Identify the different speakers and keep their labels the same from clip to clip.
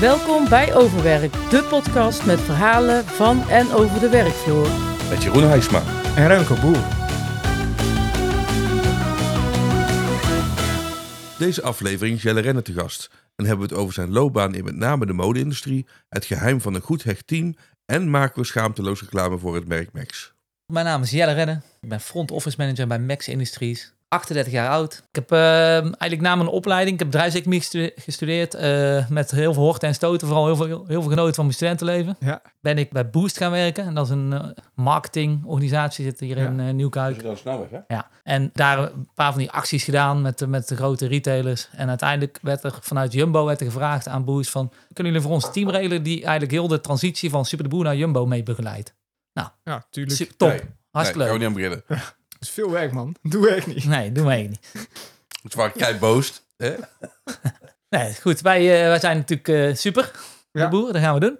Speaker 1: Welkom bij Overwerk, de podcast met verhalen van en over de werkvloer.
Speaker 2: Met Jeroen Huisma.
Speaker 3: En Remco Boer.
Speaker 2: Deze aflevering is Jelle Renner te gast en hebben we het over zijn loopbaan in met name de mode-industrie, het geheim van een goed hecht team en maken we schaamteloos reclame voor het merk Max.
Speaker 4: Mijn naam is Jelle Redden. Ik ben front office manager bij Max Industries. 38 jaar oud. Ik heb eh, eigenlijk na mijn opleiding, ik heb bedrijfseconomie gestu- gestudeerd. eh, met heel veel horten en stoten, vooral heel veel, heel veel genoten van mijn studentenleven.
Speaker 3: Ja.
Speaker 4: Ben ik bij Boost gaan werken. En dat is een eh, marketingorganisatie, zit hier
Speaker 3: Ja.
Speaker 4: in eh, Nieuwkuik.
Speaker 2: dan snelweg, hè?
Speaker 4: Ja. En daar een paar van die acties gedaan met, de- met de grote retailers. En uiteindelijk werd er vanuit Jumbo werd er gevraagd aan Boost van... kunnen jullie voor ons een team regelen die eigenlijk heel de transitie van Super de Boer naar Jumbo mee begeleidt?
Speaker 3: Ja, tuurlijk.
Speaker 4: Super, top.
Speaker 2: Dus- Nee.
Speaker 4: Hartstikke
Speaker 2: nee,
Speaker 4: leuk.
Speaker 2: gaan we niet aan beginnen.
Speaker 3: Dat is veel werk, man. Doe werk niet.
Speaker 4: Nee, doen wij niet.
Speaker 2: Het was jij boost. Hè?
Speaker 4: Nee, goed. Wij, eh, wij zijn natuurlijk eh, super,
Speaker 3: Ja.
Speaker 4: de boeren. Dat gaan we doen.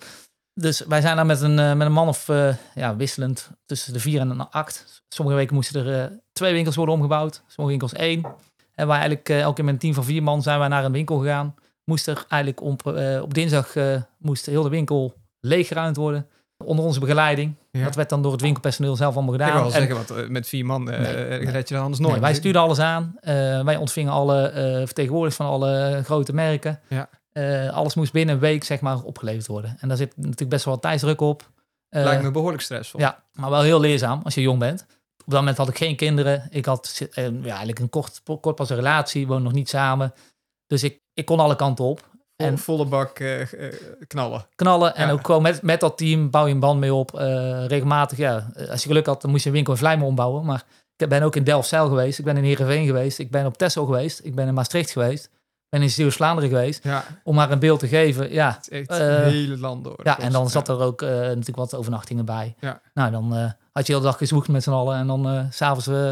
Speaker 4: Dus wij zijn daar met een, eh, met een man of eh, ja, wisselend tussen de vier en de acht. Sommige weken moesten er eh, twee winkels worden omgebouwd. Sommige winkels één. En wij eigenlijk eh, elke keer met een team van vier man zijn wij naar een winkel gegaan. Moest er eigenlijk op, eh, op dinsdag eh, moest heel de winkel leeggeruimd worden. Onder onze begeleiding.
Speaker 3: Ja.
Speaker 4: Dat werd dan door het winkelpersoneel zelf allemaal
Speaker 3: ik
Speaker 4: gedaan.
Speaker 3: wil wel
Speaker 4: En-
Speaker 3: zeggen, want eh, met vier man eh
Speaker 4: Nee.
Speaker 3: red je dat anders nooit.
Speaker 4: Nee, wij stuurden alles aan. Eh, wij ontvingen alle eh, vertegenwoordigers van alle grote merken.
Speaker 3: Ja.
Speaker 4: Eh, alles moest binnen een week zeg maar, opgeleverd worden. En daar zit natuurlijk best wel wat tijdsdruk op. Eh,
Speaker 3: Lijkt me behoorlijk stressvol.
Speaker 4: Ja, maar wel heel leerzaam als je jong bent. Op dat moment had ik geen kinderen. Ik had eh, ja, eigenlijk een kort, kort pas een relatie, woon nog niet samen. Dus ik, ik kon alle kanten op.
Speaker 3: Vol-
Speaker 4: En-
Speaker 3: volle bak eh, eh, knallen.
Speaker 4: knallen. En
Speaker 3: Ja.
Speaker 4: ook gewoon met, met dat team bouw je een band mee op. Eh, regelmatig, ja. eh, Als je geluk had, dan moest je een winkel in Vlijmen ombouwen. Maar ik ben ook in Delft-Zeil geweest. Ik ben in Heerenveen geweest. Ik ben op Texel geweest. Ik ben in Maastricht geweest. Ik ben in Zeeuws-Vlaanderen geweest.
Speaker 3: Ja, het
Speaker 4: Om maar een beeld te geven, ja.
Speaker 3: is echt
Speaker 4: Eh,
Speaker 3: het hele land door.
Speaker 4: Ja, en dan zat er ook eh, natuurlijk wat overnachtingen bij.
Speaker 3: Ja.
Speaker 4: Nou, dan eh, had je de hele dag gezoekt met z'n allen. En dan eh, s s'avonds eh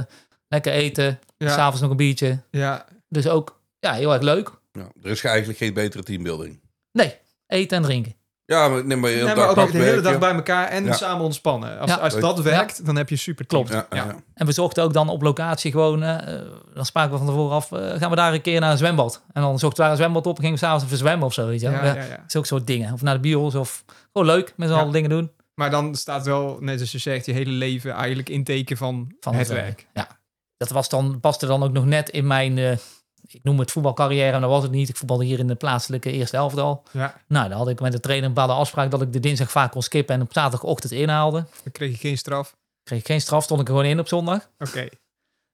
Speaker 4: lekker eten. s
Speaker 3: Ja,
Speaker 4: S'avonds nog een biertje.
Speaker 3: ja,
Speaker 4: Dus ook, ja, heel erg leuk.
Speaker 2: Ja, er is eigenlijk geen betere teambuilding.
Speaker 4: Nee, eten en drinken.
Speaker 2: Ja, maar neem maar heel
Speaker 3: Ja,
Speaker 2: dag,
Speaker 3: maar ook de hele
Speaker 2: werken.
Speaker 3: dag bij elkaar en
Speaker 2: Ja.
Speaker 3: samen ontspannen. Als,
Speaker 4: Ja.
Speaker 3: als dat werkt, dan heb je super team.
Speaker 4: Klopt.
Speaker 2: Ja, ja.
Speaker 3: Ja.
Speaker 4: En we zochten ook dan op locatie gewoon, eh, eh, dan spraken we van tevoren af, eh, gaan we daar een keer naar een zwembad? En dan zochten we daar een zwembad op en gingen we s'avonds even zwemmen of zo, weet je wel.
Speaker 3: Ja,
Speaker 4: Ja,
Speaker 3: ja, ja.
Speaker 4: Dat is ook soort dingen. Of naar de bios of gewoon leuk, met z'n
Speaker 3: Ja.
Speaker 4: allen dingen doen.
Speaker 3: Maar dan staat wel, net als je zegt, je hele leven eigenlijk in teken van,
Speaker 4: Van
Speaker 3: het werk.
Speaker 4: Ja. Dat was dan, paste dan ook nog net in mijn, eh, ik noem het voetbalcarrière, maar dat was het niet. Ik voetbalde hier in de plaatselijke eerste helft al.
Speaker 3: Ja,
Speaker 4: Nou, dan had ik met de trainer een bepaalde afspraak dat ik de dinsdag vaak kon skippen en op zaterdagochtend inhaalde.
Speaker 3: dan kreeg je geen straf.
Speaker 4: Kreeg ik geen straf, stond ik er gewoon in op zondag.
Speaker 3: Oké.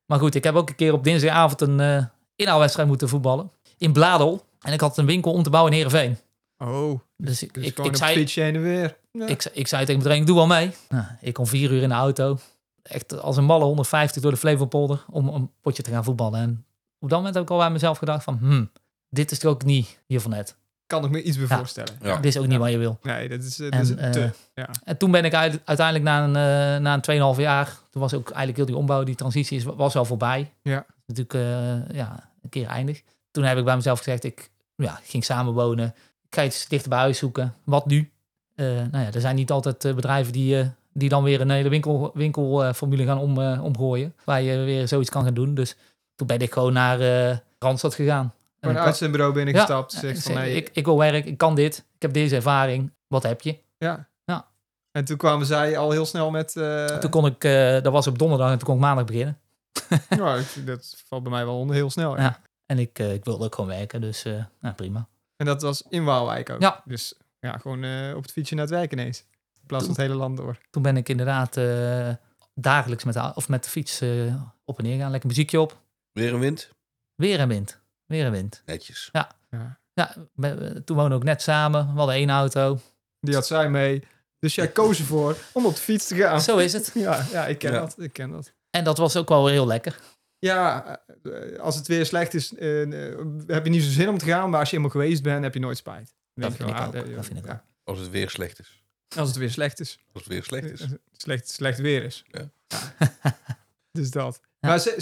Speaker 4: Maar goed, ik heb ook een keer op dinsdagavond een eh, inhaalwedstrijd moeten voetballen. In Bladel. En ik had een winkel om te bouwen in Heerenveen.
Speaker 3: Oh,
Speaker 4: Dus ik,
Speaker 3: dus
Speaker 4: ik,
Speaker 3: gewoon
Speaker 4: ik,
Speaker 3: een
Speaker 4: zei, ik,
Speaker 3: fietsje heen en weer. Ja.
Speaker 4: ik, zei tegen mijn trainer, ik doe wel mee. Nou, ik kon vier uur in de auto. Echt als een malle 150 door de Flevopolder om een potje te gaan voetballen. En op dat moment heb ik al bij mezelf gedacht van... Hmm, dit is toch ook niet hiervan net.
Speaker 3: kan ik me iets bij
Speaker 4: Ja.
Speaker 3: voorstellen.
Speaker 2: Ja.
Speaker 4: Dit is ook niet waar je wil.
Speaker 3: Nee, dat is, dat
Speaker 4: En,
Speaker 3: is
Speaker 4: eh,
Speaker 3: te. Ja.
Speaker 4: En toen ben ik uit- uiteindelijk na een, eh, na een 2,5 jaar, toen was ook eigenlijk heel die ombouw, die transitie is, was al voorbij.
Speaker 3: Ja.
Speaker 4: Natuurlijk eh, ja, een keer eindig. Toen heb ik bij mezelf gezegd, ik ja, ging samenwonen. Ik ga iets dichter bij huis zoeken. Wat nu? Eh, nou ja, er zijn niet altijd eh, bedrijven die, eh, die dan weer een hele winkel, winkelformule gaan om, eh, omgooien. Waar je weer zoiets kan gaan doen. Dus toen ben ik gewoon naar eh Randstad gegaan. En
Speaker 3: Gewoon
Speaker 4: ik-
Speaker 3: een uitzendbureau binnengestapt. zegt van,
Speaker 4: ik-
Speaker 3: hey,
Speaker 4: ik, ik wil werk, ik kan dit. Ik heb deze ervaring. Wat heb je?
Speaker 3: ja.
Speaker 4: Ja.
Speaker 3: En toen kwamen zij al heel snel met... eh,
Speaker 4: Toen kon ik, eh, dat was op donderdag en toen kon ik maandag beginnen.
Speaker 3: nou, ik- dat valt bij mij wel onder heel snel. ja.
Speaker 4: Ja. En ik, eh, ik wilde ook gewoon werken, dus eh, nou, prima.
Speaker 3: En dat was in Waalwijk ook.
Speaker 4: Ja.
Speaker 3: Dus ja, gewoon eh, op het fietsje naar het werk ineens. In plaats van het hele land door.
Speaker 4: Toen ben ik inderdaad eh, dagelijks met de, au- of met de fiets eh, op en neer gaan. Lekker muziekje op.
Speaker 2: Weer een wind.
Speaker 4: Weer en wind. Weer en wind.
Speaker 2: Netjes.
Speaker 3: Ja.
Speaker 4: Ja, we- we- toen woonden we ook net samen. We hadden één auto.
Speaker 3: Die had zij mee. Dus jij koos ervoor om op de fiets te gaan.
Speaker 4: Zo is het.
Speaker 3: Ja, ja, ik ken
Speaker 2: Ja.
Speaker 3: dat. Ik ken dat.
Speaker 4: En dat was ook wel heel lekker.
Speaker 3: Ja, eh, als het weer slecht is, eh, eh, heb je niet zo zin om te gaan. Maar als je helemaal geweest bent, heb je nooit spijt. Dan
Speaker 4: Dat
Speaker 3: denk je
Speaker 4: vind ik
Speaker 3: wel,
Speaker 4: ook.
Speaker 3: ah, eh,
Speaker 4: Dat vind ik
Speaker 3: ja.
Speaker 4: ook.
Speaker 2: Als het weer slecht is.
Speaker 3: Als het weer slecht is.
Speaker 2: Als het weer slecht is.
Speaker 3: Slecht, slecht weer is.
Speaker 2: Ja.
Speaker 3: Ja. dus dat. Maar ze-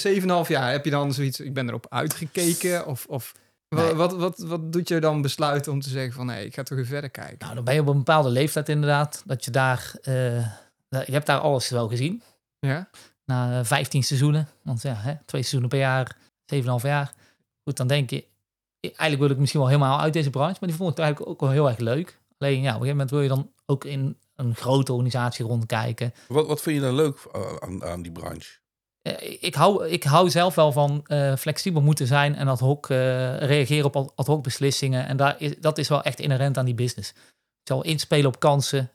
Speaker 3: 7,5 jaar, heb je dan zoiets, ik ben erop uitgekeken? Of, of wa-
Speaker 4: Nee.
Speaker 3: wat, wat, wat doet je dan besluiten om te zeggen van, nee, ik ga toch weer verder kijken?
Speaker 4: Nou, dan ben je op een bepaalde leeftijd inderdaad. Dat je daar... eh, je hebt daar alles wel gezien.
Speaker 3: Ja?
Speaker 4: na eh, 15 seizoenen. Want ja, hè, twee seizoenen per jaar, 7,5 jaar. Goed, dan denk je, eigenlijk wil ik misschien wel helemaal uit deze branche, maar die vond ik eigenlijk ook wel heel erg leuk. Alleen ja, op een gegeven moment wil je dan ook in een grote organisatie rondkijken.
Speaker 2: Wat, wat vind je dan leuk eh, aan, aan die branche?
Speaker 4: Eh, ik, hou, ik hou zelf wel van eh, flexibel moeten zijn en ad hoc eh, reageren op ad hoc beslissingen. En daar is, dat is wel echt inherent aan die business. Ik zal inspelen op kansen.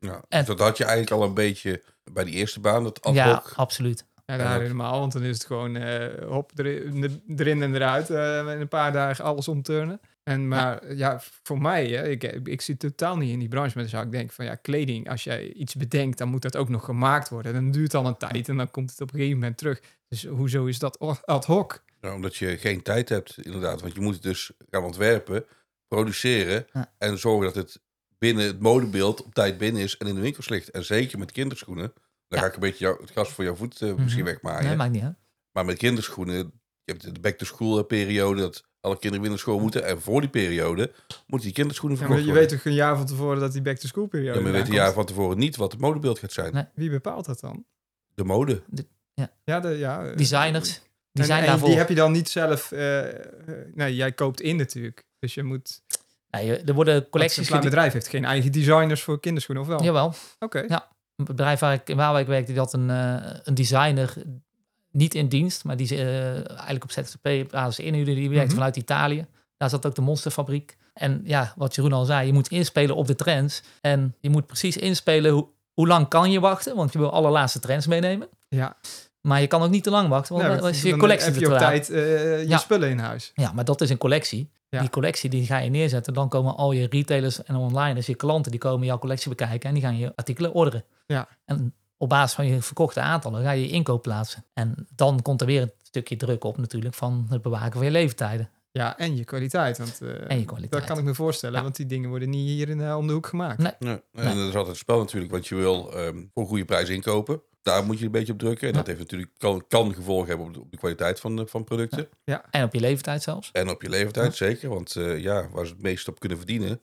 Speaker 2: Ja,
Speaker 4: En-
Speaker 2: dat had je eigenlijk al een beetje bij die eerste baan. Dat ad
Speaker 4: ja,
Speaker 2: hoc.
Speaker 4: absoluut.
Speaker 3: Ja, daar helemaal, want dan is het gewoon eh, hop, erin, erin en eruit. eh, in een paar dagen alles omturnen. En, maar ja, voor mij, hè, ik, ik zit totaal niet in die branche. Maar dan zou ik denken van ja, kleding, als jij iets bedenkt, dan moet dat ook nog gemaakt worden. Dan duurt al een tijd en dan komt het op een gegeven moment terug. Dus hoezo is dat o- ad hoc?
Speaker 2: Nou, omdat je geen tijd hebt, inderdaad. Want je moet het dus gaan ontwerpen, produceren
Speaker 4: Ja.
Speaker 2: en zorgen dat het binnen het modebeeld op tijd binnen is en in de winkels ligt. En zeker met kinderschoenen. Dan
Speaker 4: Ja.
Speaker 2: ga ik een beetje jou, het gas voor jouw voet eh, misschien
Speaker 4: Mhm.
Speaker 3: Ah,
Speaker 2: wegmaaien.
Speaker 4: Nee, maakt niet uit.
Speaker 2: Maar met kinderschoenen, je hebt de back-to-school periode dat alle kinderen weer naar school moeten. En voor die periode moeten die kinderschoenen
Speaker 3: Ja, maar
Speaker 2: verkocht
Speaker 3: je weet
Speaker 2: worden.
Speaker 3: toch een jaar van tevoren dat die back-to-school periode
Speaker 2: ja, maar je weet een
Speaker 3: eraan
Speaker 2: jaar
Speaker 3: komt?
Speaker 2: van tevoren niet wat het modebeeld gaat zijn.
Speaker 4: Nee.
Speaker 3: Wie bepaalt dat dan?
Speaker 2: De mode.
Speaker 3: Ja, de, ja. eh,
Speaker 4: Designers, die
Speaker 3: en-
Speaker 4: zijn
Speaker 3: en
Speaker 4: daarvoor.
Speaker 3: Die heb je dan niet zelf... eh, eh, nee, jij koopt in natuurlijk. Dus je moet...
Speaker 4: Nee, er worden
Speaker 3: Collecties een
Speaker 4: collecties...
Speaker 3: klein bedrijf heeft geen eigen designers voor kinderschoenen, of wel?
Speaker 4: Jawel.
Speaker 3: Oké.
Speaker 4: Een bedrijf waar ik in Waalwijk werkte, die had een, eh, een designer niet in dienst, maar die ze eh, eigenlijk op ZZP-basis inhuurde. Die werkte
Speaker 3: Mhm.
Speaker 4: vanuit Italië. Daar zat ook de monsterfabriek. En ja, wat Jeroen al zei, je moet inspelen op de trends. En je moet precies inspelen hoe, hoe lang kan je wachten, want je wil alle laatste trends meenemen.
Speaker 3: Ja.
Speaker 4: Maar je kan ook niet te lang wachten, want
Speaker 3: Nee,
Speaker 4: dan
Speaker 3: want
Speaker 4: is je
Speaker 3: dan
Speaker 4: collectie
Speaker 3: heb je op
Speaker 4: te laat.
Speaker 3: tijd eh, je
Speaker 4: Ja.
Speaker 3: spullen in huis.
Speaker 4: Ja, maar dat is een collectie.
Speaker 3: Ja.
Speaker 4: Die collectie die ga je neerzetten. Dan komen al je retailers en online, dus je klanten, die komen jouw collectie bekijken en die gaan je artikelen orderen.
Speaker 3: Ja.
Speaker 4: En op basis van je verkochte aantallen ga je je inkoop plaatsen. En dan komt er weer een stukje druk op natuurlijk van het bewaken van je leeftijden
Speaker 3: Ja, en je kwaliteit. Want, eh,
Speaker 4: en je kwaliteit.
Speaker 3: dat kan ik me voorstellen,
Speaker 4: Ja.
Speaker 3: want die dingen worden niet hier in, eh, om de hoek gemaakt.
Speaker 4: Nee.
Speaker 2: Ja, en dat is altijd het spel natuurlijk, want je wil ehm, voor een goede prijs inkopen. Daar moet je een beetje op drukken. En dat heeft natuurlijk, kan, kan gevolgen hebben op de, op de kwaliteit van, de- van producten.
Speaker 4: En op je leeftijd zelfs.
Speaker 2: En op je leeftijd zeker, want eh, ja, waar ze het meest op kunnen verdienen,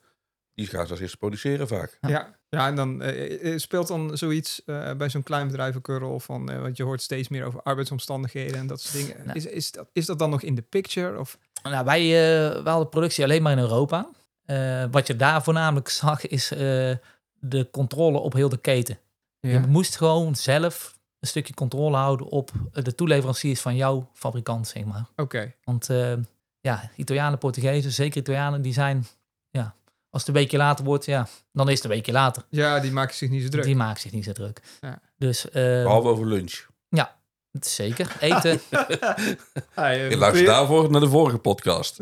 Speaker 2: die gaan ze als eerste produceren vaak.
Speaker 4: Ja.
Speaker 3: Ja. ja, en dan eh, eh, speelt dan zoiets eh, bij zo'n klein bedrijf ook een rol van... eh, want je hoort steeds meer over arbeidsomstandigheden en dat soort dingen.
Speaker 4: Nee.
Speaker 3: Is, is, dat, is dat dan nog in de picture? Of,
Speaker 4: Nou, wij, eh wij hadden productie alleen maar in Europa. Eh, wat je daar voornamelijk zag is eh, de controle op heel de keten. Je moest gewoon zelf een stukje controle houden op de toeleveranciers van jouw fabrikant, zeg maar.
Speaker 3: Oké,
Speaker 4: Want eh, ja, Italianen, Portugezen, zeker Italianen, die zijn, ja, als het een weekje later wordt, ja, dan is het een weekje later.
Speaker 3: ja, die maken zich niet zo druk.
Speaker 4: Die maken zich niet zo druk.
Speaker 3: Ja.
Speaker 4: Dus eh,
Speaker 2: Behalve over lunch.
Speaker 4: het is zeker, eten,
Speaker 3: Hey, eh,
Speaker 2: Je luistert
Speaker 3: prior-
Speaker 2: daarvoor naar de vorige podcast.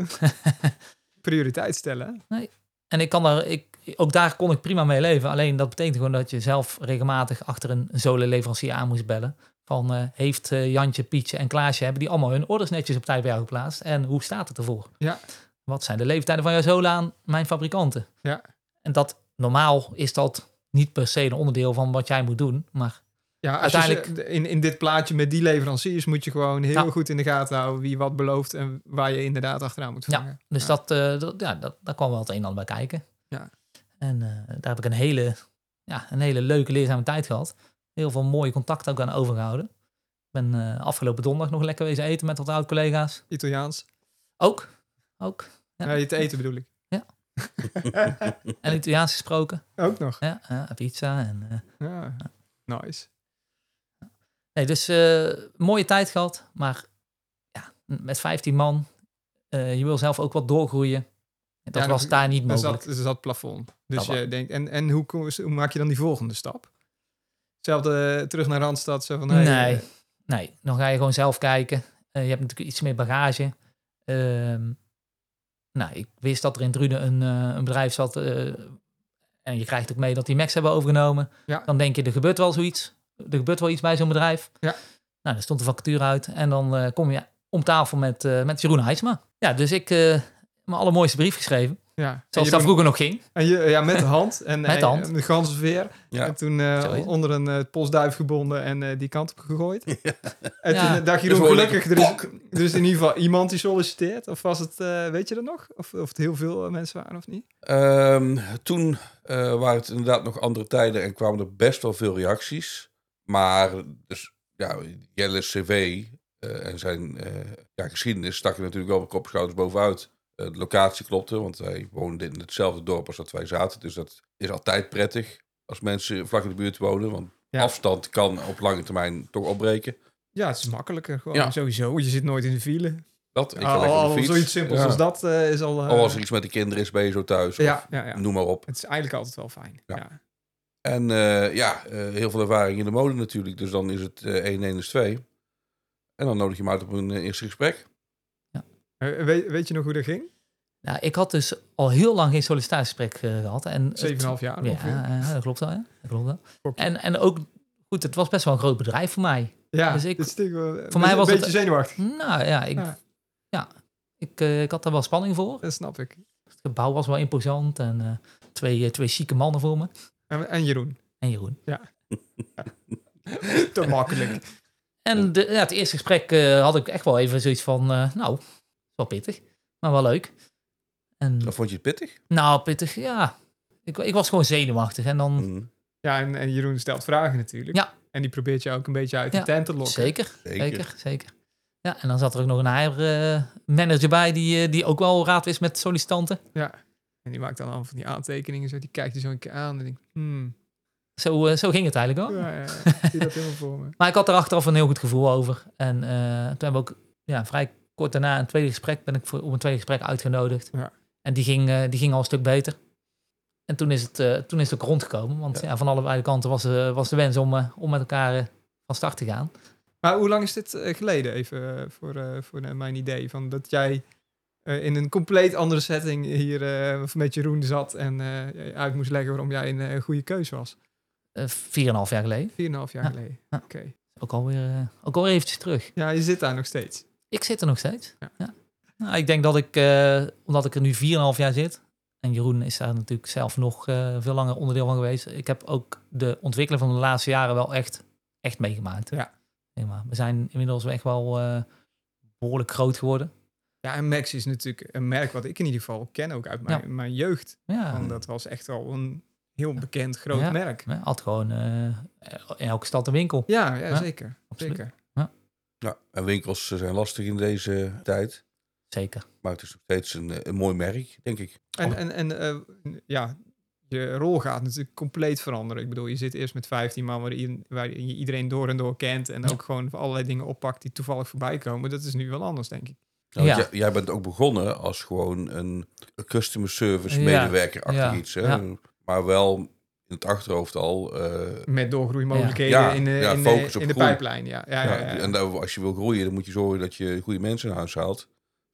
Speaker 3: prioriteit stellen. hè?
Speaker 4: En ik kan daar, ik, ook daar kon ik prima mee leven. Alleen dat betekent gewoon dat je zelf regelmatig achter een zolenleverancier aan moest bellen. Van eh, heeft eh, Jantje, Pietje en Klaasje, hebben die allemaal hun orders netjes op tijd bij jou geplaatst? En hoe staat het ervoor?
Speaker 3: Ja.
Speaker 4: Wat zijn de leeftijden van jouw zolen aan mijn fabrikanten?
Speaker 3: Ja.
Speaker 4: En dat normaal is dat niet per se een onderdeel van wat jij moet doen. Maar
Speaker 3: Ja, als je
Speaker 4: Uiteindelijk-
Speaker 3: ze- in, in dit plaatje met die leveranciers moet je gewoon heel
Speaker 4: Ja.
Speaker 3: goed in de gaten houden wie wat belooft en waar je inderdaad achteraan moet
Speaker 4: Ja.
Speaker 3: vangen.
Speaker 4: dus
Speaker 3: Ja.
Speaker 4: Dat, eh, dat, ja, dat, daar kwam wel het een en ander bij kijken.
Speaker 3: Ja.
Speaker 4: En eh, daar heb ik een hele, ja, een hele leuke leerzame tijd gehad. Heel veel mooie contacten ook aan overgehouden. Ik ben eh, afgelopen donderdag nog lekker wezen eten met wat oud-collega's.
Speaker 3: Italiaans.
Speaker 4: Ook. Ook. Ja.
Speaker 3: Ja, je te eten bedoel ik.
Speaker 4: Ja. En Italiaans gesproken.
Speaker 3: Ook nog.
Speaker 4: Ja, ja, pizza. En, eh,
Speaker 3: Ja. Nice.
Speaker 4: Nee, dus eh, mooie tijd gehad. Maar ja, met 15 man. eh, je wil zelf ook wat doorgroeien. Dat
Speaker 3: Ja,
Speaker 4: was
Speaker 3: dat-
Speaker 4: daar niet
Speaker 3: Dus
Speaker 4: mogelijk. Nou,
Speaker 3: dat, dus dat plafond. Dus
Speaker 4: Dat
Speaker 3: je denkt, en, en hoe, kom- hoe maak je dan die volgende stap? Hetzelfde eh, terug naar Randstad. Zo van, hey,
Speaker 4: Nee.
Speaker 3: eh,
Speaker 4: Nee, dan ga je gewoon zelf kijken. Eh, je hebt natuurlijk iets meer bagage. Ehm, nou, ik wist dat er in Drunen een, eh, een bedrijf zat. eh, en je krijgt ook mee dat die Max hebben overgenomen.
Speaker 3: Ja.
Speaker 4: Dan denk je, er gebeurt wel zoiets. Er gebeurt wel iets bij zo'n bedrijf.
Speaker 3: Ja.
Speaker 4: Nou, dan stond de vacature uit. En dan eh, kom je om tafel met, eh, met Jeroen Heijsma. Ja, dus ik eh mijn allermooiste brief geschreven.
Speaker 3: ja. En
Speaker 4: Zoals dat
Speaker 3: je doen-
Speaker 4: vroeger nog ging.
Speaker 3: en je, ja, met de hand. En,
Speaker 4: Met de
Speaker 3: en-
Speaker 4: hand.
Speaker 3: en de ganzenveer.
Speaker 2: Ja.
Speaker 3: En toen eh,
Speaker 4: Zo is het.
Speaker 3: onder een eh, postduif gebonden en eh, die kant op gegooid. En
Speaker 4: Ja.
Speaker 3: toen eh, dacht je,
Speaker 2: Dus hoor je
Speaker 3: gelukkig, er is, er is in ieder geval iemand die solliciteert. Of was het, eh, weet je dat nog? Of, of het heel veel eh, mensen waren of niet?
Speaker 2: Ehm, toen eh, waren het inderdaad nog andere tijden en kwamen er best wel veel reacties. Maar dus, ja, Jelle's cv eh, en zijn eh, ja, geschiedenis stak er natuurlijk wel op kop schouders bovenuit. Eh, Eh, de locatie klopte, want wij woonden in hetzelfde dorp als dat wij zaten. Dus dat is altijd prettig als mensen vlak in de buurt wonen. Want
Speaker 3: Ja.
Speaker 2: afstand kan op lange termijn toch opbreken.
Speaker 3: Ja, het is makkelijker gewoon
Speaker 2: Ja.
Speaker 3: sowieso. Je zit nooit in de file.
Speaker 2: Dat, ik ga
Speaker 3: Al,
Speaker 2: lekker op
Speaker 3: Ah, al
Speaker 2: de fiets.
Speaker 3: zoiets simpels
Speaker 2: Ja.
Speaker 3: als dat eh, is al... eh,
Speaker 2: Al als er iets met de kinderen is, ben je zo thuis. of
Speaker 3: ja, ja, ja.
Speaker 2: Noem maar op.
Speaker 3: Het is eigenlijk altijd wel fijn.
Speaker 2: Ja.
Speaker 3: Ja.
Speaker 2: En eh, ja, eh, heel veel ervaring in de mode natuurlijk. Dus dan is het eh 1 1 is 2. En dan nodig je hem uit op een eh, eerste gesprek.
Speaker 3: Eh, weet, weet je nog hoe dat ging? 7,5
Speaker 4: Nou, ik had dus al heel lang geen sollicitatiegesprek eh, gehad. En het-
Speaker 3: jaar
Speaker 4: Ja,
Speaker 3: ongeveer.
Speaker 4: ja, Oh, dat klopt wel. Ja. Dat klopt wel.
Speaker 3: Oké.
Speaker 4: En, en ook, goed, het was best wel een groot bedrijf voor mij.
Speaker 3: Ja,
Speaker 4: Dus ik-
Speaker 3: het is natuurlijk wel-
Speaker 4: voor mij
Speaker 3: een
Speaker 4: was het-
Speaker 3: beetje zenuwachtig.
Speaker 4: Nou ja, ik, ja.
Speaker 3: Ja.
Speaker 4: ik, eh, ik had daar wel spanning voor.
Speaker 3: Dat snap ik.
Speaker 4: Het gebouw was wel imposant en eh, twee, eh, twee chique mannen voor me.
Speaker 3: En, en Jeroen.
Speaker 4: En Jeroen.
Speaker 3: Te makkelijk.
Speaker 4: En de, ja, het eerste gesprek eh, had ik echt wel even zoiets van, eh, nou, wel pittig, maar wel leuk. En Hm.
Speaker 2: Dan vond je het pittig.
Speaker 4: nou, pittig, ja. Ik, ik was gewoon zenuwachtig en dan,
Speaker 2: Mhm,
Speaker 3: Ja, en, en Jeroen stelt vragen natuurlijk.
Speaker 4: Ja.
Speaker 3: En die probeert je ook een beetje uit
Speaker 4: Ja,
Speaker 3: de tent te lokken.
Speaker 4: zeker,
Speaker 2: Zeker.
Speaker 4: zeker, zeker. Ja, en dan zat er ook nog een HR-manager bij die, eh, die ook wel raad wist met sollicitanten.
Speaker 3: Ja. En die maakt dan allemaal van die aantekeningen. Zo. Die kijkt je zo een keer aan en denkt... Hmm,
Speaker 4: Zo, eh, zo ging het eigenlijk wel.
Speaker 3: ja, ja, ja. Ik zie dat helemaal voor me.
Speaker 4: Maar ik had er achteraf een heel goed gevoel over. En eh, toen hebben we ook ja, vrij kort daarna een tweede gesprek, ben ik voor, op een tweede gesprek uitgenodigd.
Speaker 3: Ja.
Speaker 4: En die ging, eh, die ging al een stuk beter. En toen is het, eh, toen is het ook rondgekomen. Want ja. van allebei kanten was, eh, was de wens om, eh, om met elkaar eh, van start te gaan.
Speaker 3: Maar hoe lang is dit eh, geleden even eh, voor, eh, voor eh, mijn idee? Van dat jij eh, in een compleet andere setting hier eh, of met Jeroen zat en eh, uit moest leggen waarom jij een eh, goede keuze was. 4,5
Speaker 4: Eh, Vier en een half jaar geleden.
Speaker 3: jaar
Speaker 4: Ja.
Speaker 3: geleden.
Speaker 4: Ja.
Speaker 3: Oké.
Speaker 4: Ook alweer, eh ook alweer eventjes terug.
Speaker 3: Ja, je zit daar nog steeds.
Speaker 4: Ik zit er nog steeds. Ja.
Speaker 3: Ja.
Speaker 4: Nou, ik denk dat ik, eh, omdat ik er nu 4,5 jaar zit. En Jeroen is daar natuurlijk zelf nog eh, veel langer onderdeel van geweest. Ik heb ook de ontwikkeling van de laatste jaren wel echt, echt meegemaakt.
Speaker 3: Ja.
Speaker 4: Zeg maar, we zijn inmiddels echt wel eh, behoorlijk groot geworden.
Speaker 3: Ja, en Max is natuurlijk een merk wat ik in ieder geval ken, ook uit mijn, mijn jeugd.
Speaker 4: Ja.
Speaker 3: Want dat was echt al een heel bekend groot
Speaker 4: Ja.
Speaker 3: merk.
Speaker 4: Hè, Had gewoon eh, in elke stad een winkel.
Speaker 3: Ja, ja,
Speaker 4: Ja,
Speaker 3: zeker.
Speaker 4: absoluut.
Speaker 3: zeker.
Speaker 2: Ja, en winkels eh, zijn lastig in deze eh, tijd.
Speaker 4: Zeker.
Speaker 2: Maar het is nog steeds een, eh, een mooi merk, denk ik.
Speaker 3: En, en, en eh, ja, je rol gaat natuurlijk compleet veranderen. Ik bedoel, je zit eerst met 15 man waarin, waarin je iedereen door en door kent. En ook gewoon allerlei dingen oppakt die toevallig voorbij komen. Dat is nu wel anders, denk ik.
Speaker 2: Nou, want
Speaker 4: Ja.
Speaker 2: jij, jij bent ook begonnen als gewoon een customer service
Speaker 4: Ja.
Speaker 2: medewerker achter
Speaker 4: Ja.
Speaker 2: iets. Hè?
Speaker 4: Ja.
Speaker 2: Maar wel in het achterhoofd al. eh,
Speaker 3: Met doorgroeimogelijkheden
Speaker 2: Ja.
Speaker 3: in, de-
Speaker 2: Ja,
Speaker 3: in,
Speaker 2: focus
Speaker 3: de-
Speaker 2: op
Speaker 3: in de
Speaker 2: groei.
Speaker 3: pijplijn. Ja, ja, ja,
Speaker 2: ja,
Speaker 3: ja.
Speaker 2: En daar- als je wil groeien, dan moet je zorgen dat je goede mensen in huis haalt.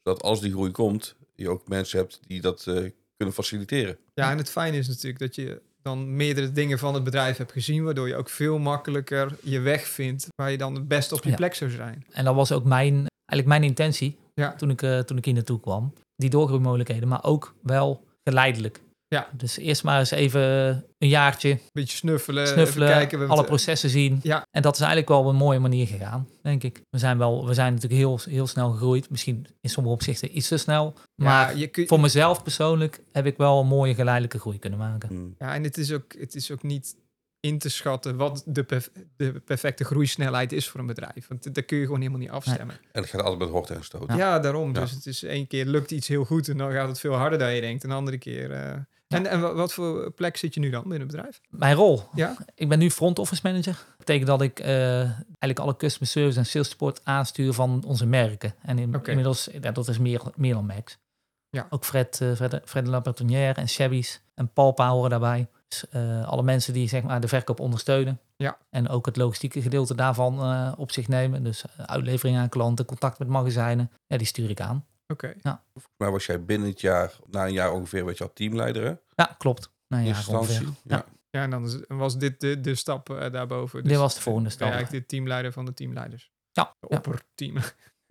Speaker 2: Zodat als die groei komt, je ook mensen hebt die dat eh, kunnen faciliteren.
Speaker 3: Ja, en het fijne is natuurlijk dat je dan meerdere dingen van het bedrijf hebt gezien. Waardoor je ook veel makkelijker je weg vindt waar je dan het best op je
Speaker 4: Ja.
Speaker 3: plek zou zijn.
Speaker 4: En dat was ook mijn, eigenlijk mijn intentie
Speaker 3: Ja.
Speaker 4: toen, ik, eh, toen ik hier naartoe kwam. Die doorgroeimogelijkheden, maar ook wel geleidelijk.
Speaker 3: Ja.
Speaker 4: Dus eerst maar eens even een jaartje
Speaker 3: Beetje snuffelen, eh, even
Speaker 4: snuffelen,
Speaker 3: kijken. we hebben
Speaker 4: alle
Speaker 3: het- eh,
Speaker 4: processen zien.
Speaker 3: Ja.
Speaker 4: En dat is eigenlijk wel op een mooie manier gegaan, denk ik. We zijn, wel, we zijn natuurlijk heel, heel snel gegroeid. Misschien in sommige opzichten iets te snel. Maar
Speaker 3: ja, je kun,
Speaker 4: voor mezelf persoonlijk heb ik wel een mooie geleidelijke groei kunnen maken.
Speaker 2: Mm.
Speaker 3: Ja, en het is ook, het is ook niet in te schatten wat de, perf- de perfecte groeisnelheid is voor een bedrijf. Want dat kun je gewoon helemaal niet afstemmen.
Speaker 2: En dat gaat altijd met horten en stoten.
Speaker 3: Ja,
Speaker 2: Ja.
Speaker 3: daarom.
Speaker 2: Ja.
Speaker 3: Dus het is één keer lukt iets heel goed en dan gaat het veel harder dan je denkt. Een andere keer. eh, En, en wa- wat voor plek zit je nu dan binnen het bedrijf?
Speaker 4: Mijn rol.
Speaker 3: Ja.
Speaker 4: Ik ben nu front office manager. Dat betekent dat ik eh, eigenlijk alle customer service en sales support aanstuur van onze merken. En in-
Speaker 3: Oké.
Speaker 4: inmiddels, ja, dat is meer, meer dan Max.
Speaker 3: Ja.
Speaker 4: Ook Fred, eh, Fred, Fred de Lapertonière en Shabby's en Palpa horen daarbij. Dus, eh, alle mensen die zeg maar, de verkoop ondersteunen.
Speaker 3: Ja.
Speaker 4: En ook het logistieke gedeelte daarvan eh, op zich nemen. Dus eh, uitlevering aan klanten, contact met magazijnen. Ja, die stuur ik aan.
Speaker 3: Oké.
Speaker 2: Maar was jij binnen het jaar, na een jaar ongeveer, werd je al teamleider hè? in
Speaker 4: Ja, klopt. Nou ja,
Speaker 2: eerste
Speaker 4: ongeveer.
Speaker 2: instantie. Ja.
Speaker 3: Ja, en dan is- was dit de, de stap eh, daarboven.
Speaker 4: Dit
Speaker 3: Dus
Speaker 4: was de volgende
Speaker 3: ben je
Speaker 4: stap.
Speaker 3: eigenlijk de teamleider van de teamleiders.
Speaker 4: Ja,
Speaker 3: De
Speaker 4: ja.
Speaker 3: opperteam.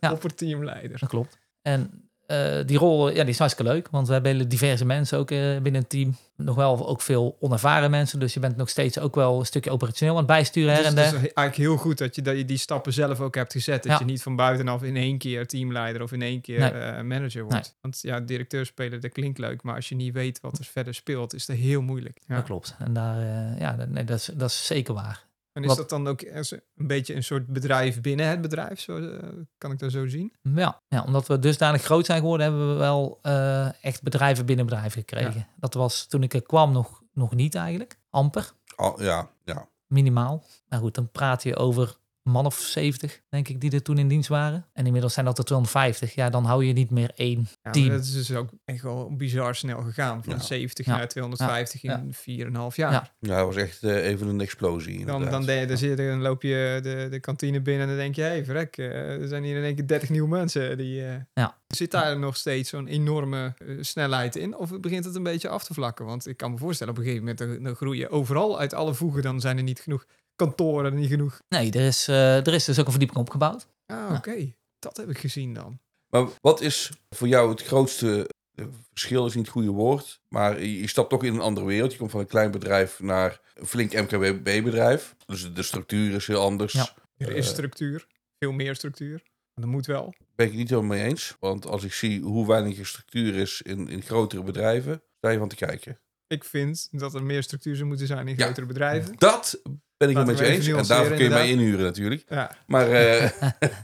Speaker 4: Ja.
Speaker 3: Opperteamleider.
Speaker 4: Dat klopt. En eh, die rol ja, die is hartstikke leuk, want we hebben hele diverse mensen ook eh, binnen het team. Nog wel ook veel onervaren mensen, dus je bent nog steeds ook wel een stukje operationeel aan het bijsturen her
Speaker 3: Dus
Speaker 4: en
Speaker 3: het is
Speaker 4: der.
Speaker 3: eigenlijk heel goed dat je, dat je die stappen zelf ook hebt gezet. Dat
Speaker 4: Ja.
Speaker 3: je niet van buitenaf in één keer teamleider of in één keer
Speaker 4: Nee.
Speaker 3: eh, manager wordt.
Speaker 4: Nee.
Speaker 3: Want ja, directeur spelen, dat klinkt leuk. Maar als je niet weet wat er verder speelt, is dat heel moeilijk. Ja.
Speaker 4: Dat klopt. En daar, eh, ja, dat, nee, dat, is, dat is zeker waar.
Speaker 3: En is
Speaker 4: Wat-
Speaker 3: dat dan ook eens een beetje een soort bedrijf binnen het bedrijf? Zo, eh, kan ik dat zo zien?
Speaker 4: Ja, ja, omdat we dusdanig groot zijn geworden, hebben we wel eh, echt bedrijven binnen bedrijven gekregen. Dat was toen ik er kwam nog, nog niet eigenlijk. Amper,
Speaker 2: Al- ja, ja.
Speaker 4: minimaal. Maar goed, dan praat je over een man of 70, denk ik, die er toen in dienst waren. En inmiddels zijn dat er 250. Ja, dan hou je niet meer één.
Speaker 3: Ja,
Speaker 4: Team.
Speaker 3: maar dat is dus ook echt wel bizar snel gegaan. Van
Speaker 2: Ja.
Speaker 3: 70
Speaker 4: Ja.
Speaker 3: naar 250
Speaker 4: Ja.
Speaker 3: in 4,5 jaar.
Speaker 4: Ja.
Speaker 2: ja, dat was echt eh, even een explosie.
Speaker 3: Dan,
Speaker 2: Inderdaad.
Speaker 3: dan, de- dan, zit je- dus- dan loop je de, de kantine binnen en dan denk je... Hé, hey, verrek, eh, er zijn hier in één keer 30 nieuwe mensen. Die, eh,
Speaker 4: Ja.
Speaker 3: Zit daar nog steeds zo'n enorme eh, snelheid in? Of begint het een beetje af te vlakken? Want ik kan me voorstellen, op een gegeven moment... dan- dan groei je overal uit alle voegen. Dan zijn er niet genoeg kantoren, niet genoeg...
Speaker 4: Nee, er is, eh, er is dus ook een verdieping opgebouwd.
Speaker 3: Ah, oké. Dat heb ik gezien dan.
Speaker 2: Maar wat is voor jou het grootste eh, verschil? Is niet het goede woord, maar je je stapt toch in een andere wereld. Je komt van een klein bedrijf naar een flink MKB-bedrijf. Dus de structuur is heel anders.
Speaker 4: Ja.
Speaker 3: Er is
Speaker 2: Eh.
Speaker 3: structuur. Veel meer structuur. Dat moet wel.
Speaker 2: Ben ik het niet helemaal mee eens. Want als ik zie hoe weinig er structuur is in, in grotere bedrijven, sta je van te kijken.
Speaker 3: Ik vind dat er meer structuur zou moeten zijn in
Speaker 2: Ja.
Speaker 3: grotere bedrijven.
Speaker 2: Dat ben ik het
Speaker 3: Laten
Speaker 2: met
Speaker 3: we
Speaker 2: je
Speaker 3: even
Speaker 2: eens. En
Speaker 3: nuanceren,
Speaker 2: daarvoor kun je mij inhuren natuurlijk.
Speaker 3: Ja.
Speaker 2: Maar eh,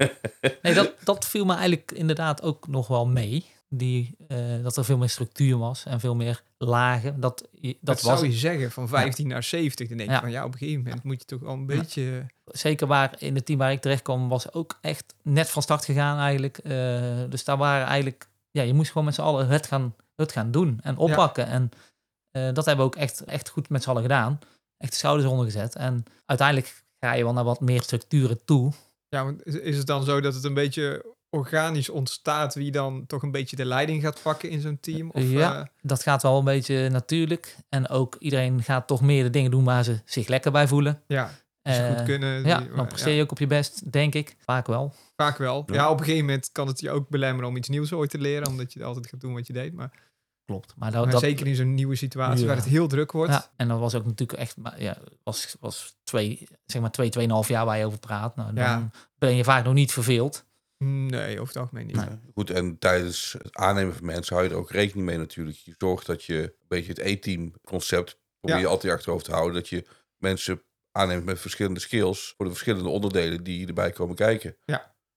Speaker 4: Nee, dat, dat viel me eigenlijk inderdaad ook nog wel mee. Die, eh, dat er veel meer structuur was en veel meer lagen. Dat, dat,
Speaker 3: Dat,
Speaker 4: was
Speaker 3: zou je zeggen, van 15 naar 70. Dan denk je
Speaker 4: Ja.
Speaker 3: van ja, op een gegeven moment moet je toch al een beetje...
Speaker 4: zeker waar in het team waar ik terecht kwam, was ook echt net van start gegaan eigenlijk. Eh, dus daar waren eigenlijk, ja, je moest gewoon met z'n allen het gaan, het gaan doen en oppakken. En eh, dat hebben we ook echt, echt goed met z'n allen gedaan. Echt de schouders onder gezet. En uiteindelijk ga je wel naar wat meer structuren toe.
Speaker 3: Ja, want is- is het dan zo dat het een beetje organisch ontstaat... wie dan toch een beetje de leiding gaat pakken in zo'n team? Of,
Speaker 4: Ja.
Speaker 3: eh,
Speaker 4: Dat gaat wel een beetje natuurlijk. En ook iedereen gaat toch meer de dingen doen waar ze zich lekker bij voelen.
Speaker 3: ja, die ze
Speaker 4: Eh,
Speaker 3: goed kunnen.
Speaker 4: ja,
Speaker 3: die-
Speaker 4: dan presteer je ook op je best, denk ik. Vaak wel.
Speaker 3: Vaak wel.
Speaker 2: Ja.
Speaker 3: Ja. op een gegeven moment kan het je ook belemmeren om iets nieuws ooit te leren. Omdat je altijd gaat doen wat je deed. Maar,
Speaker 4: Klopt. Maar, dat,
Speaker 3: maar
Speaker 4: Nou, dat,
Speaker 3: zeker in zo'n nieuwe situatie
Speaker 4: Ja.
Speaker 3: waar het heel druk wordt.
Speaker 4: Ja, en dat was ook natuurlijk echt, maar ja, was, was twee, zeg maar twee, tweeënhalf jaar waar je over praat. Nou, dan
Speaker 3: Ja.
Speaker 4: ben je vaak nog niet verveeld.
Speaker 3: Nee, over het algemeen niet.
Speaker 2: goed, en tijdens het aannemen van mensen hou je er ook rekening mee natuurlijk. Je zorgt dat je een beetje het E-team concept probeer je
Speaker 3: Ja.
Speaker 2: altijd in je achterhoofd te houden. Dat je mensen aanneemt met verschillende skills voor de verschillende onderdelen die erbij komen kijken.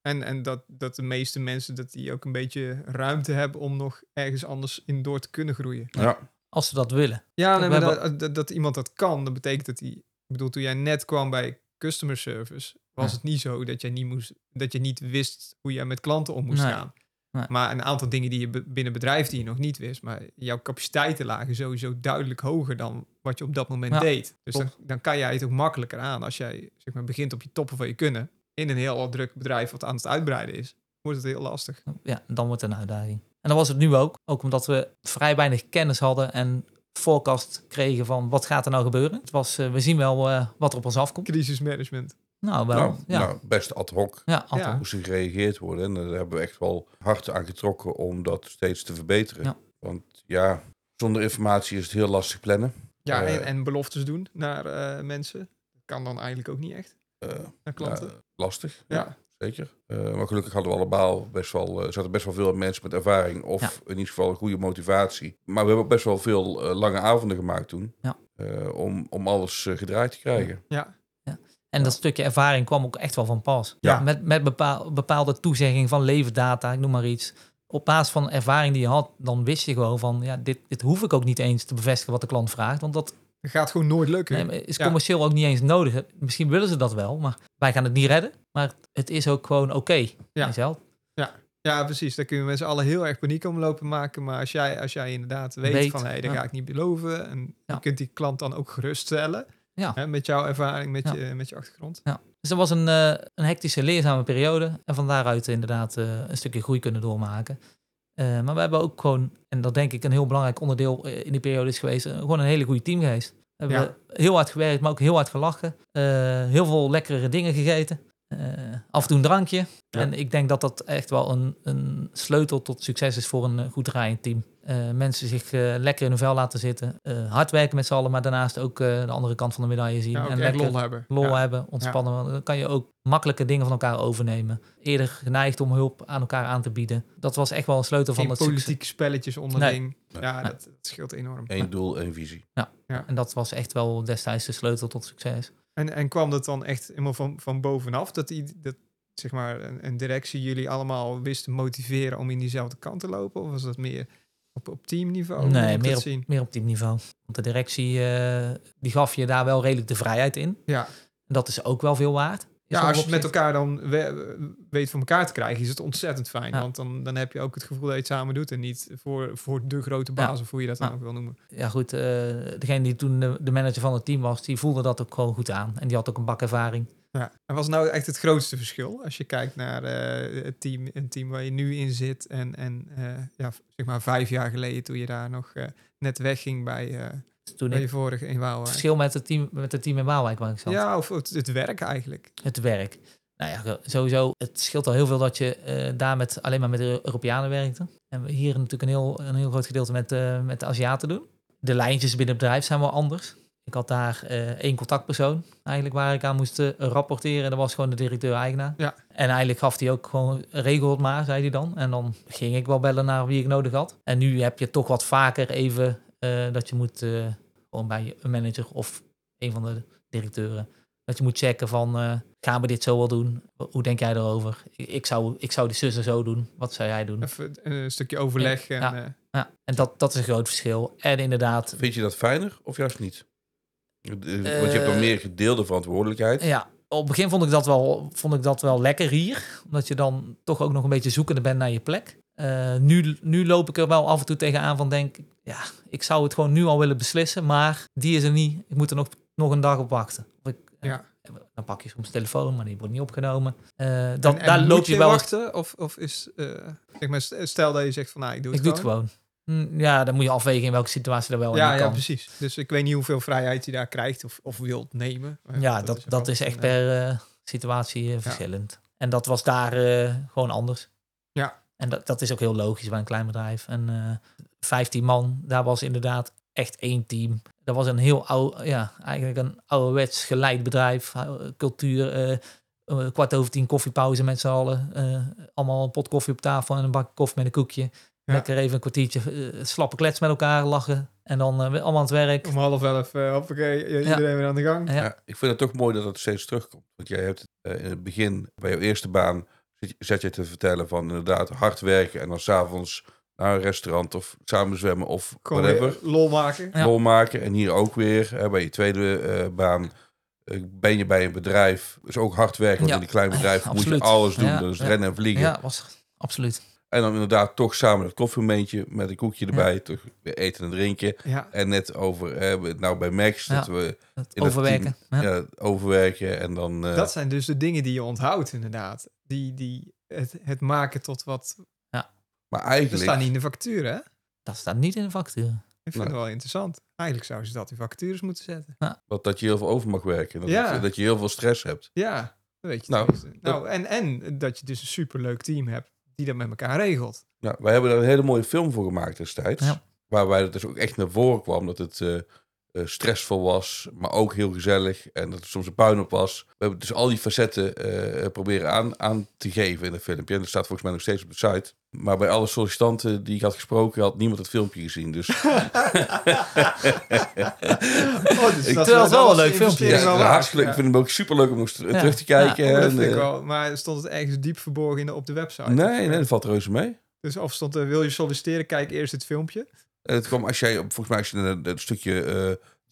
Speaker 3: En, en dat, dat de meeste mensen dat die ook een beetje ruimte hebben om nog ergens anders in door te kunnen groeien.
Speaker 2: Ja.
Speaker 4: Als ze dat willen.
Speaker 3: Ja,
Speaker 4: We
Speaker 3: nee, maar
Speaker 4: hebben-
Speaker 3: dat, dat, dat iemand dat kan, dat betekent dat die. Ik bedoel, toen jij net kwam bij customer service, was
Speaker 4: Ja.
Speaker 3: het niet zo dat jij niet, moest, dat je niet wist hoe jij met klanten om moest
Speaker 4: Nee.
Speaker 3: gaan.
Speaker 4: Nee.
Speaker 3: Maar een aantal dingen die je be- binnen bedrijf die je nog niet wist, maar jouw capaciteiten lagen sowieso duidelijk hoger dan wat je op dat moment
Speaker 4: Ja,
Speaker 3: deed. Dus dan, dan kan jij het ook makkelijker aan als jij zeg maar, begint op je toppen van je kunnen in een heel druk bedrijf wat aan het uitbreiden is. Wordt het heel lastig.
Speaker 4: Ja, dan wordt het een uitdaging. En dat was het nu ook. Ook omdat we vrij weinig kennis hadden en forecast kregen van wat gaat er nou gebeuren. Het was, eh, we zien wel eh, wat er op ons afkomt.
Speaker 3: crisismanagement.
Speaker 4: Nou, wel.
Speaker 2: Nou,
Speaker 4: ja.
Speaker 2: nou, best ad hoc
Speaker 4: ja, Anton.
Speaker 3: Ja.
Speaker 2: moest er gereageerd worden. En daar hebben we echt wel hard aan getrokken om dat steeds te verbeteren.
Speaker 4: Ja.
Speaker 2: Want ja, zonder informatie is het heel lastig plannen.
Speaker 3: Ja,
Speaker 2: Eh,
Speaker 3: en, en beloftes doen naar eh, mensen. Dat kan dan eigenlijk ook niet echt,
Speaker 2: Eh,
Speaker 3: naar klanten.
Speaker 2: ja, lastig,
Speaker 3: Ja.
Speaker 2: zeker. Eh, maar gelukkig hadden we allemaal best wel, eh, zaten best wel veel mensen met ervaring. Of
Speaker 4: Ja.
Speaker 2: in ieder geval een goede motivatie. Maar we hebben ook best wel veel eh, lange avonden gemaakt toen.
Speaker 4: Ja.
Speaker 2: Eh, om, om alles eh, gedraaid te krijgen.
Speaker 3: ja.
Speaker 4: En dat stukje ervaring kwam ook echt wel van pas.
Speaker 2: Ja.
Speaker 4: Met, met bepaal- bepaalde toezegging van leverdata, ik noem maar iets. Op basis van ervaring die je had, dan wist je gewoon van... ja, dit, dit hoef ik ook niet eens te bevestigen wat de klant vraagt. Want dat
Speaker 3: Dat gaat gewoon nooit lukken.
Speaker 4: nee, maar is
Speaker 3: Ja.
Speaker 4: commercieel ook niet eens nodig. Misschien willen ze dat wel, maar wij gaan het niet redden. Maar het is ook gewoon oké. weet je wel.
Speaker 3: Ja, precies. Daar kun je mensen allen heel erg paniek om lopen maken. Maar als jij, als jij inderdaad weet,
Speaker 4: Weet,
Speaker 3: van... hé, hey, dat
Speaker 4: ja.
Speaker 3: ga ik niet beloven. En
Speaker 4: Ja.
Speaker 3: je kunt die klant dan ook geruststellen.
Speaker 4: Ja.
Speaker 3: Hè, met jouw ervaring, met,
Speaker 4: Ja.
Speaker 3: je, met je achtergrond.
Speaker 4: Dus dat was een, eh, een hectische, leerzame periode. En van daaruit inderdaad eh, een stukje groei kunnen doormaken. Eh, maar we hebben ook gewoon, en dat denk ik een heel belangrijk onderdeel eh, in die periode is geweest, eh, gewoon een hele goede team geweest. We hebben heel hard gewerkt, maar ook heel hard gelachen. Eh, heel veel lekkere dingen gegeten. Eh, af en toe een drankje.
Speaker 2: Ja.
Speaker 4: En ik denk dat dat echt wel een, een sleutel tot succes is voor een eh, goed draaiend team. Eh, mensen zich eh, lekker in hun vel laten zitten. eh, hard werken met z'n allen, maar daarnaast ook eh, de andere kant van de medaille zien.
Speaker 3: Ja, ook
Speaker 4: en
Speaker 3: echt
Speaker 4: lekker
Speaker 3: lol hebben.
Speaker 4: lol
Speaker 3: Ja.
Speaker 4: hebben, ontspannen. want Dan kan je ook makkelijke dingen van elkaar overnemen. Eerder geneigd om hulp aan elkaar aan te bieden. Dat was echt wel een sleutel van
Speaker 3: Geen
Speaker 4: dat succes.
Speaker 3: politieke spelletjes onderling.
Speaker 2: Nee.
Speaker 3: Ja,
Speaker 4: Nee.
Speaker 3: dat, dat scheelt enorm.
Speaker 2: Eén doel, één visie.
Speaker 4: En dat was echt wel destijds de sleutel tot succes.
Speaker 3: En, en kwam dat dan echt helemaal van, van bovenaf? Dat, die, dat zeg maar, een, een directie jullie allemaal wist te motiveren om in diezelfde kant te lopen? Of was dat meer op, op teamniveau? Hoe moet
Speaker 4: nee,
Speaker 3: ik
Speaker 4: meer
Speaker 3: dat
Speaker 4: op,
Speaker 3: zien?
Speaker 4: meer op teamniveau. Want de directie eh, die gaf je daar wel redelijk de vrijheid in.
Speaker 3: Ja.
Speaker 4: En dat is ook wel veel waard. in
Speaker 3: Ja,
Speaker 4: sommige
Speaker 3: als je het met
Speaker 4: opzichten.
Speaker 3: elkaar dan we- weet voor elkaar te krijgen, is het ontzettend fijn.
Speaker 4: Ja.
Speaker 3: Want dan, dan heb je ook het gevoel dat je het samen doet en niet voor, voor de grote baas, of hoe je dat dan
Speaker 4: Ja.
Speaker 3: ook wil noemen.
Speaker 4: Ja, goed. eh, degene die toen de, de manager van het team was, die voelde dat ook gewoon goed aan. En die had ook een bak ervaring.
Speaker 3: Ja. En wat is nou echt het grootste verschil als je kijkt naar eh, het team, een team waar je nu in zit en, en eh, ja, zeg maar vijf jaar geleden toen je daar nog eh, net wegging bij, eh,
Speaker 4: Dus Toen
Speaker 3: bij je
Speaker 4: ik,
Speaker 3: vorige in
Speaker 4: het
Speaker 3: Waalwijk?
Speaker 4: verschil met het team, met het team in Waalwijk waar ik zat.
Speaker 3: Ja, of het, het werk eigenlijk.
Speaker 4: het werk. Nou ja, sowieso, het scheelt al heel veel dat je eh, daar met, alleen maar met de Europeanen werkte. En we hier natuurlijk een heel, een heel groot gedeelte met, eh, met de Aziaten doen. De lijntjes binnen het bedrijf zijn wel anders. Ik had daar eh, één contactpersoon eigenlijk waar ik aan moest eh, rapporteren. Dat was gewoon de directeur-eigenaar.
Speaker 3: Ja.
Speaker 4: En eigenlijk gaf hij ook gewoon regel het maar, zei hij dan. En dan ging ik wel bellen naar wie ik nodig had. En nu heb je toch wat vaker even eh, dat je moet eh, gewoon bij een manager of een van de directeuren dat je moet checken van, eh, gaan we dit zo wel doen? Hoe denk jij erover? Ik ik zou, ik zou die zus en zo doen. Wat zou jij doen?
Speaker 3: Even eh, een stukje overleg. En,
Speaker 4: Ja.
Speaker 3: eh,
Speaker 4: Ja, en dat, dat is een groot verschil. En inderdaad,
Speaker 2: Vind je dat fijner of juist niet? Eh, Want je hebt dan
Speaker 4: Eh,
Speaker 2: meer gedeelde verantwoordelijkheid.
Speaker 4: ja, op het begin vond ik, dat wel, vond ik dat wel lekker hier. Omdat je dan toch ook nog een beetje zoekende bent naar je plek. Eh, nu, nu loop ik er wel af en toe tegenaan van denk ik, ja, ik zou het gewoon nu al willen beslissen, maar die is er niet. Ik moet er nog, nog een dag op wachten. Of ik, eh,
Speaker 3: Ja.
Speaker 4: Dan pak je soms de telefoon, maar die wordt niet opgenomen. Eh, dat,
Speaker 3: en- en
Speaker 4: daar
Speaker 3: moet
Speaker 4: loop je wel eens
Speaker 3: wachten of, of is, eh, zeg maar, stel dat je zegt van, nou, ik doe het
Speaker 4: ik doe het gewoon. Mm, Ja, dan moet je afwegen in welke situatie er wel
Speaker 3: Ja,
Speaker 4: in
Speaker 3: ja,
Speaker 4: kan.
Speaker 3: precies. Dus ik weet niet hoeveel vrijheid je daar krijgt of, of wilt nemen. Maar
Speaker 4: Ja, dat, dat
Speaker 3: wel
Speaker 4: is echt
Speaker 3: een,
Speaker 4: per eh, situatie eh, verschillend. En dat was daar eh, gewoon anders.
Speaker 3: Ja.
Speaker 4: En dat, dat is ook heel logisch bij een klein bedrijf. En eh 15 man, daar was inderdaad echt één team. Dat was een heel oud, ja, eigenlijk een ouderwets geleid bedrijf. eh, Cultuur, eh, eh, kwart over tien koffiepauze met z'n allen. eh, allemaal een pot koffie op tafel en een bak koffie met een koekje.
Speaker 3: Ja.
Speaker 4: Lekker even een kwartiertje eh, slappe klets met elkaar, lachen. En dan eh, weer allemaal aan het werk.
Speaker 3: Om half elf, eh hoppakee, iedereen weer aan de gang.
Speaker 4: Ja.
Speaker 2: Ja, ik vind het toch mooi dat het steeds terugkomt. Want jij hebt eh, in het begin, bij jouw eerste baan, zit- zat je te vertellen van inderdaad hard werken en dan s'avonds naar een restaurant of samen zwemmen of
Speaker 3: Gewoon
Speaker 2: whatever.
Speaker 3: weer lol maken.
Speaker 4: Ja.
Speaker 2: Rol maken. En hier ook weer, hè, bij je tweede eh, baan, eh, ben je bij een bedrijf. Dus ook hard werken, want
Speaker 4: Ja,
Speaker 2: in een klein bedrijf moet je
Speaker 4: absoluut.
Speaker 2: alles doen.
Speaker 4: Ja,
Speaker 2: Dus
Speaker 4: ja.
Speaker 2: rennen en vliegen.
Speaker 4: Ja, was absoluut.
Speaker 2: En dan inderdaad toch samen het koffiemomentje met een koekje erbij. Toch weer eten en drinken.
Speaker 3: Ja.
Speaker 2: En net over, eh, we- nou bij Max,
Speaker 4: Ja.
Speaker 2: dat we
Speaker 4: Het
Speaker 2: In dat
Speaker 4: overwerken. Ja.
Speaker 2: ja, overwerken en dan... eh,
Speaker 3: Dat zijn dus de dingen die je onthoudt, inderdaad. Die, die het, het maken tot wat...
Speaker 2: Maar
Speaker 3: Dat
Speaker 2: eigenlijk...
Speaker 3: staat niet in de factuur, hè?
Speaker 4: Dat staat niet in de factuur.
Speaker 3: Ik vind
Speaker 2: Nee.
Speaker 3: het wel interessant. Eigenlijk zouden ze dat in vacatures moeten zetten.
Speaker 2: Dat, dat je heel veel over mag werken. Dat,
Speaker 3: Ja.
Speaker 2: dat je heel veel stress hebt.
Speaker 3: Ja, dat weet je
Speaker 2: Nou,
Speaker 3: tenminste. nou en, en dat je dus een superleuk team hebt die dat met elkaar regelt.
Speaker 2: Nou, wij hebben daar een hele mooie film voor gemaakt destijds.
Speaker 4: Ja.
Speaker 2: Waarbij het dus ook echt naar voren kwam dat het eh, eh, stressvol was. Maar ook heel gezellig. En dat er soms een puin op was. We hebben dus al die facetten eh, proberen aan, aan te geven in het filmpje. En dat staat volgens mij nog steeds op de site. Maar bij alle sollicitanten die ik had gesproken, had niemand het filmpje gezien. Dus
Speaker 3: Oh, dus
Speaker 2: Ik-
Speaker 3: dat
Speaker 4: Terwijl het wel
Speaker 3: dan
Speaker 4: een leuk
Speaker 3: de
Speaker 4: filmpje
Speaker 2: ja,
Speaker 3: investering wel waard.
Speaker 2: hartstikke leuk.
Speaker 3: Ja.
Speaker 2: Ik vind hem ook superleuk om nog eens
Speaker 4: Ja.
Speaker 2: terug te kijken.
Speaker 4: Ja,
Speaker 3: Ja,
Speaker 2: en,
Speaker 3: dat vind ik
Speaker 2: eh,
Speaker 3: wel. Maar stond het ergens diep verborgen in de, op de website?
Speaker 2: nee, nee, dat valt reuze mee.
Speaker 3: Dus of stond er, wil je solliciteren, kijk eerst het filmpje.
Speaker 2: En het kwam als jij, op- volgens mij, als je naar dat stukje eh,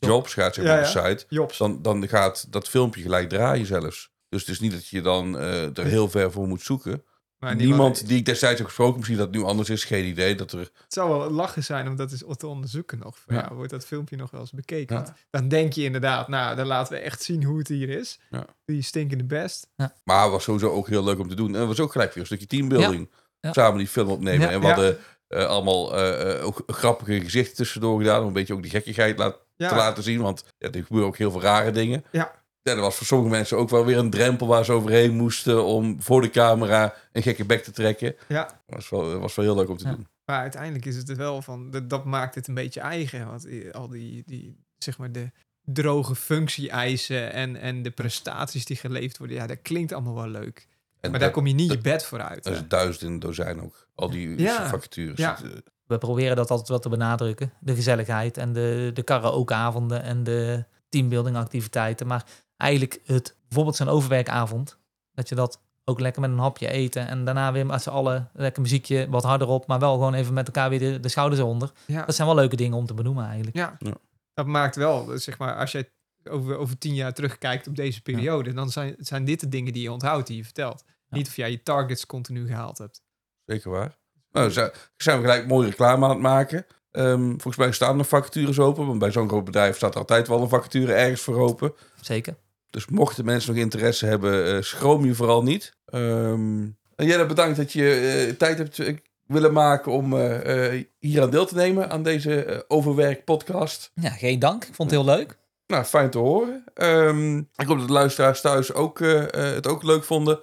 Speaker 2: jobs gaat zeg
Speaker 3: Ja,
Speaker 2: maar, op
Speaker 3: ja.
Speaker 2: de site,
Speaker 3: Jobs.
Speaker 2: dan, dan gaat dat filmpje gelijk draaien zelfs. Dus het is niet dat je dan eh, er heel ver voor moet zoeken.
Speaker 3: Maar
Speaker 2: Niemand die ik destijds heb gesproken, misschien dat het nu anders is, geen idee. Dat er,
Speaker 3: Het zou wel lachen zijn om dat eens te onderzoeken nog. Van,
Speaker 2: Ja.
Speaker 3: ja. wordt dat filmpje nog wel eens bekeken?
Speaker 2: Ja.
Speaker 3: Want Dan denk je inderdaad, nou, dan laten we echt zien hoe het hier is.
Speaker 2: Ja.
Speaker 3: Die stinkende best.
Speaker 2: maar het was sowieso ook heel leuk om te doen. En het was ook gelijk weer een stukje teambuilding.
Speaker 4: Ja.
Speaker 2: Samen die film opnemen.
Speaker 4: Ja.
Speaker 2: En we
Speaker 3: Ja.
Speaker 2: hadden eh, allemaal eh, eh, ook grappige gezichten tussendoor gedaan. Om een beetje ook die gekkigheid laat,
Speaker 3: Ja,
Speaker 2: te laten zien. Want ja, er gebeuren ook heel veel rare dingen.
Speaker 3: Ja.
Speaker 2: Ja, er was voor sommige mensen ook wel weer een drempel waar ze overheen moesten om voor de camera een gekke bek te trekken.
Speaker 3: ja.
Speaker 2: Dat was wel, dat was wel heel leuk om te
Speaker 4: Ja.
Speaker 2: doen.
Speaker 3: Maar uiteindelijk is het er wel van, dat, dat maakt het een beetje eigen. Want i- al die, die zeg maar, de droge functie-eisen en, en de prestaties die geleverd worden. Ja, dat klinkt allemaal wel leuk.
Speaker 2: En
Speaker 3: maar
Speaker 2: dat,
Speaker 3: daar kom je niet
Speaker 2: dat-
Speaker 3: je bed voor uit.
Speaker 2: dat is duizend in een dozijn ook. Al die
Speaker 3: Ja.
Speaker 2: vacatures.
Speaker 3: Ja.
Speaker 2: Het, eh,
Speaker 4: We proberen dat altijd wel te benadrukken. De gezelligheid en de, de karaokeavonden en de teambuilding activiteiten. Maar eigenlijk het, bijvoorbeeld zo'n overwerkavond, dat je dat ook lekker met een hapje eten en daarna weer met z'n allen lekker muziekje wat harder op, maar wel gewoon even met elkaar weer de, de schouders eronder.
Speaker 3: Ja.
Speaker 4: Dat zijn wel leuke dingen om te benoemen eigenlijk.
Speaker 3: Ja.
Speaker 2: Ja.
Speaker 3: Dat maakt wel, eh, zeg maar, als jij over, over tien jaar terugkijkt op deze periode, dan zijn, zijn dit de dingen die je onthoudt, die je vertelt.
Speaker 4: Ja.
Speaker 3: Niet of jij je targets continu gehaald hebt.
Speaker 2: Zeker waar. Nou, zijn, zijn we gelijk mooie reclame aan het maken. Ehm, volgens mij staan er vacatures open. Want bij zo'n groot bedrijf staat altijd wel een vacature ergens voor open.
Speaker 4: Zeker.
Speaker 2: Dus mochten mensen nog interesse hebben, eh, schroom je vooral niet. Ehm en Jelle, bedankt dat je eh, tijd hebt eh, willen maken om eh, eh, hier aan deel te nemen aan deze eh, Overwerk podcast.
Speaker 4: Ja, geen dank. Ik vond het heel leuk.
Speaker 2: Nou, fijn te horen. Ehm, ik hoop dat de luisteraars thuis ook, eh, eh, het ook leuk vonden.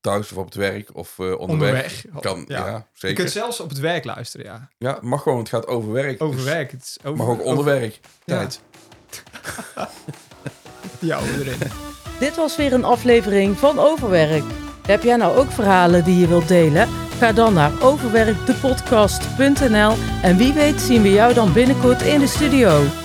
Speaker 2: Thuis of op het werk of eh, onderweg. Kan, ja,
Speaker 3: Je
Speaker 2: zeker.
Speaker 3: kunt zelf op het werk luisteren, ja.
Speaker 2: Ja, mag gewoon, het gaat over werk.
Speaker 3: Over
Speaker 2: Dus
Speaker 3: werk. Het is over,
Speaker 2: Mag ook onderwerk.
Speaker 3: Ja.
Speaker 2: Tijd.
Speaker 3: over- ja, over erin.
Speaker 1: Dit was weer een aflevering van Overwerk. Heb jij nou ook verhalen die je wilt delen? Ga dan naar overwerkdepodcast.nl en wie weet zien we jou dan binnenkort in de studio.